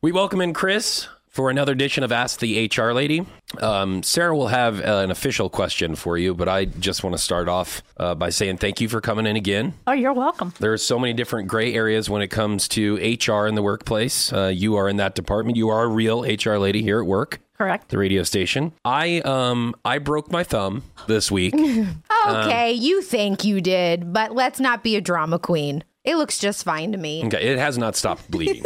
We welcome in Chris for another edition of Ask the HR Lady. Um, Sarah will have uh, an official question for you, but I just want to start off uh, by saying thank you for coming in again. Oh, you're welcome. There are so many different gray areas when it comes to HR in the workplace. Uh, you are in that department. You are a real HR lady here at work. Correct. The radio station. I um I broke my thumb this week. Um, Okay, you think you did, but let's not be a drama queen. It looks just fine to me. Okay, it has not stopped bleeding.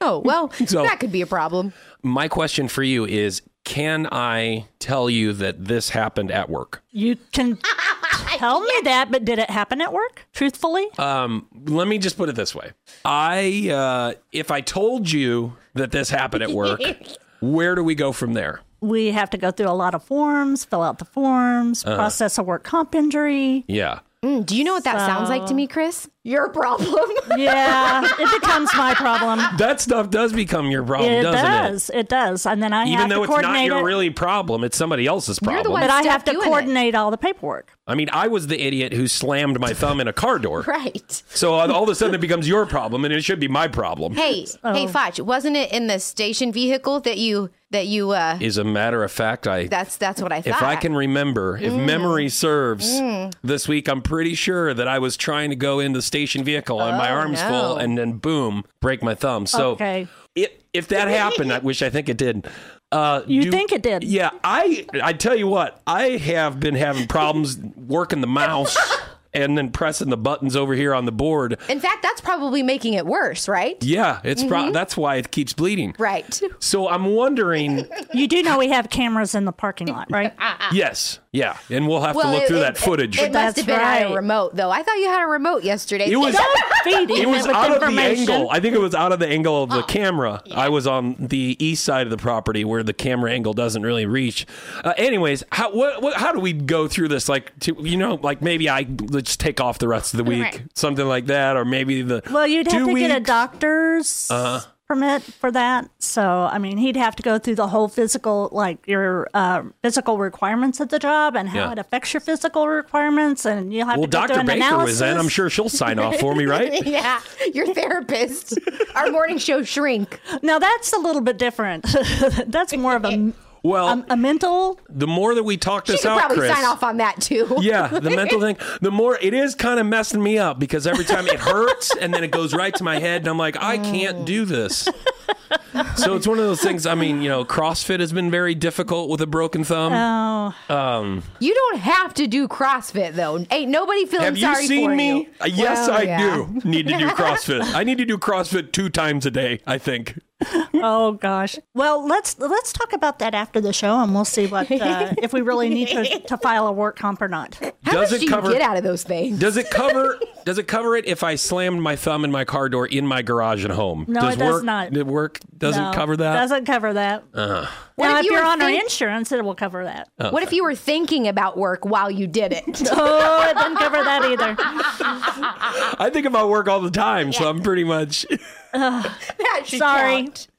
Oh, well, So- that could be a problem. my question for you is can I tell you that this happened at work? You can tell me that, but did it happen at work? Truthfully? Um, let me just put it this way. I uh, if I told you that this happened at work, where do we go from there? we have to go through a lot of forms, fill out the forms, Uh-huh. process a work comp injury. Yeah. Mm, Do you know what that sounds like to me, Chris? Your problem. Yeah, it becomes my problem. That stuff does become your problem, It doesn't does. It? does. And then I it? have Even though to it's not coordinate your it. really problem, it's somebody else's You're the problem. one- but I Stop have to doing it. coordinate all the paperwork. I mean, I was the idiot who slammed my thumb in a car door. right. So all of a sudden it becomes your problem and it should be my problem. Hey, Oh. hey, Foch, wasn't it in the station vehicle that you that you uh Is a matter of fact, I that's that's what I thought. if I can remember, if memory serves, this week I'm pretty sure that I was trying to go in the station vehicle and my arms no. full, and then boom, break my thumb. So Okay. if if that happened, I which I think it did. Uh, You think it did. Yeah, I I tell you what, I have been having problems working the mouse and then pressing the buttons over here on the board. In fact, that's probably making it worse, right? Yeah, it's pro- that's why it keeps bleeding. Right. So I'm wondering. You do know we have cameras in the parking lot, right? yes, yeah, and we'll have to look it- through it- that footage. It, it must That's have been on a right. remote though. I thought you had a remote yesterday. it was. Feeding it was with out of the information. angle. I think it was out of the angle of the camera. I was on the east side of the property where the camera angle doesn't really reach. Uh, anyways, how what, what, how do we go through this? Like, to, you know, like maybe I let's take off the rest of the week, Right. something like that, or maybe the Well, you'd have two to get weeks. a Uh-huh. doctor's permit for that. So, I mean, he'd have to go through the whole physical, like your uh, physical requirements of the job and how Yeah. it affects your physical requirements. And you'll have Well, to go through Doctor an Baker was analysis. in. I'm sure she'll sign off for me, right? yeah, your therapist. Our morning show shrink. Now, that's a little bit different. that's more of a, Well, a, a mental. the more that we talk She this could out, probably Chris. sign off on that too. Yeah, the mental thing. The more it is kind of messing me up because every time it hurts and then it goes right to my head and I'm like, I can't do this. So it's one of those things. I mean, you know, CrossFit has been very difficult with a broken thumb. Oh, You don't have to do CrossFit though. Ain't nobody feeling Have you sorry for seen me? you. Uh, Yes, Well, I yeah. do need to do CrossFit. I need to do CrossFit two times a day. I think. oh gosh. Well, let's let's talk about that after the show, and we'll see what uh, if we really need to, to file a work comp or not. How Does much it do cover- you get out of those things? Does it cover? Does it cover it if I slammed my thumb in my car door in my garage at home? No, does it does work, not. The work doesn't No, cover that. Uh-huh. Doesn't cover that. What now, if if, you you are were on our think- insurance, it will cover that. What if you were thinking about work while you did it? Oh, it doesn't cover that either. I think about work all the time, so I'm pretty much. That should Sorry. count.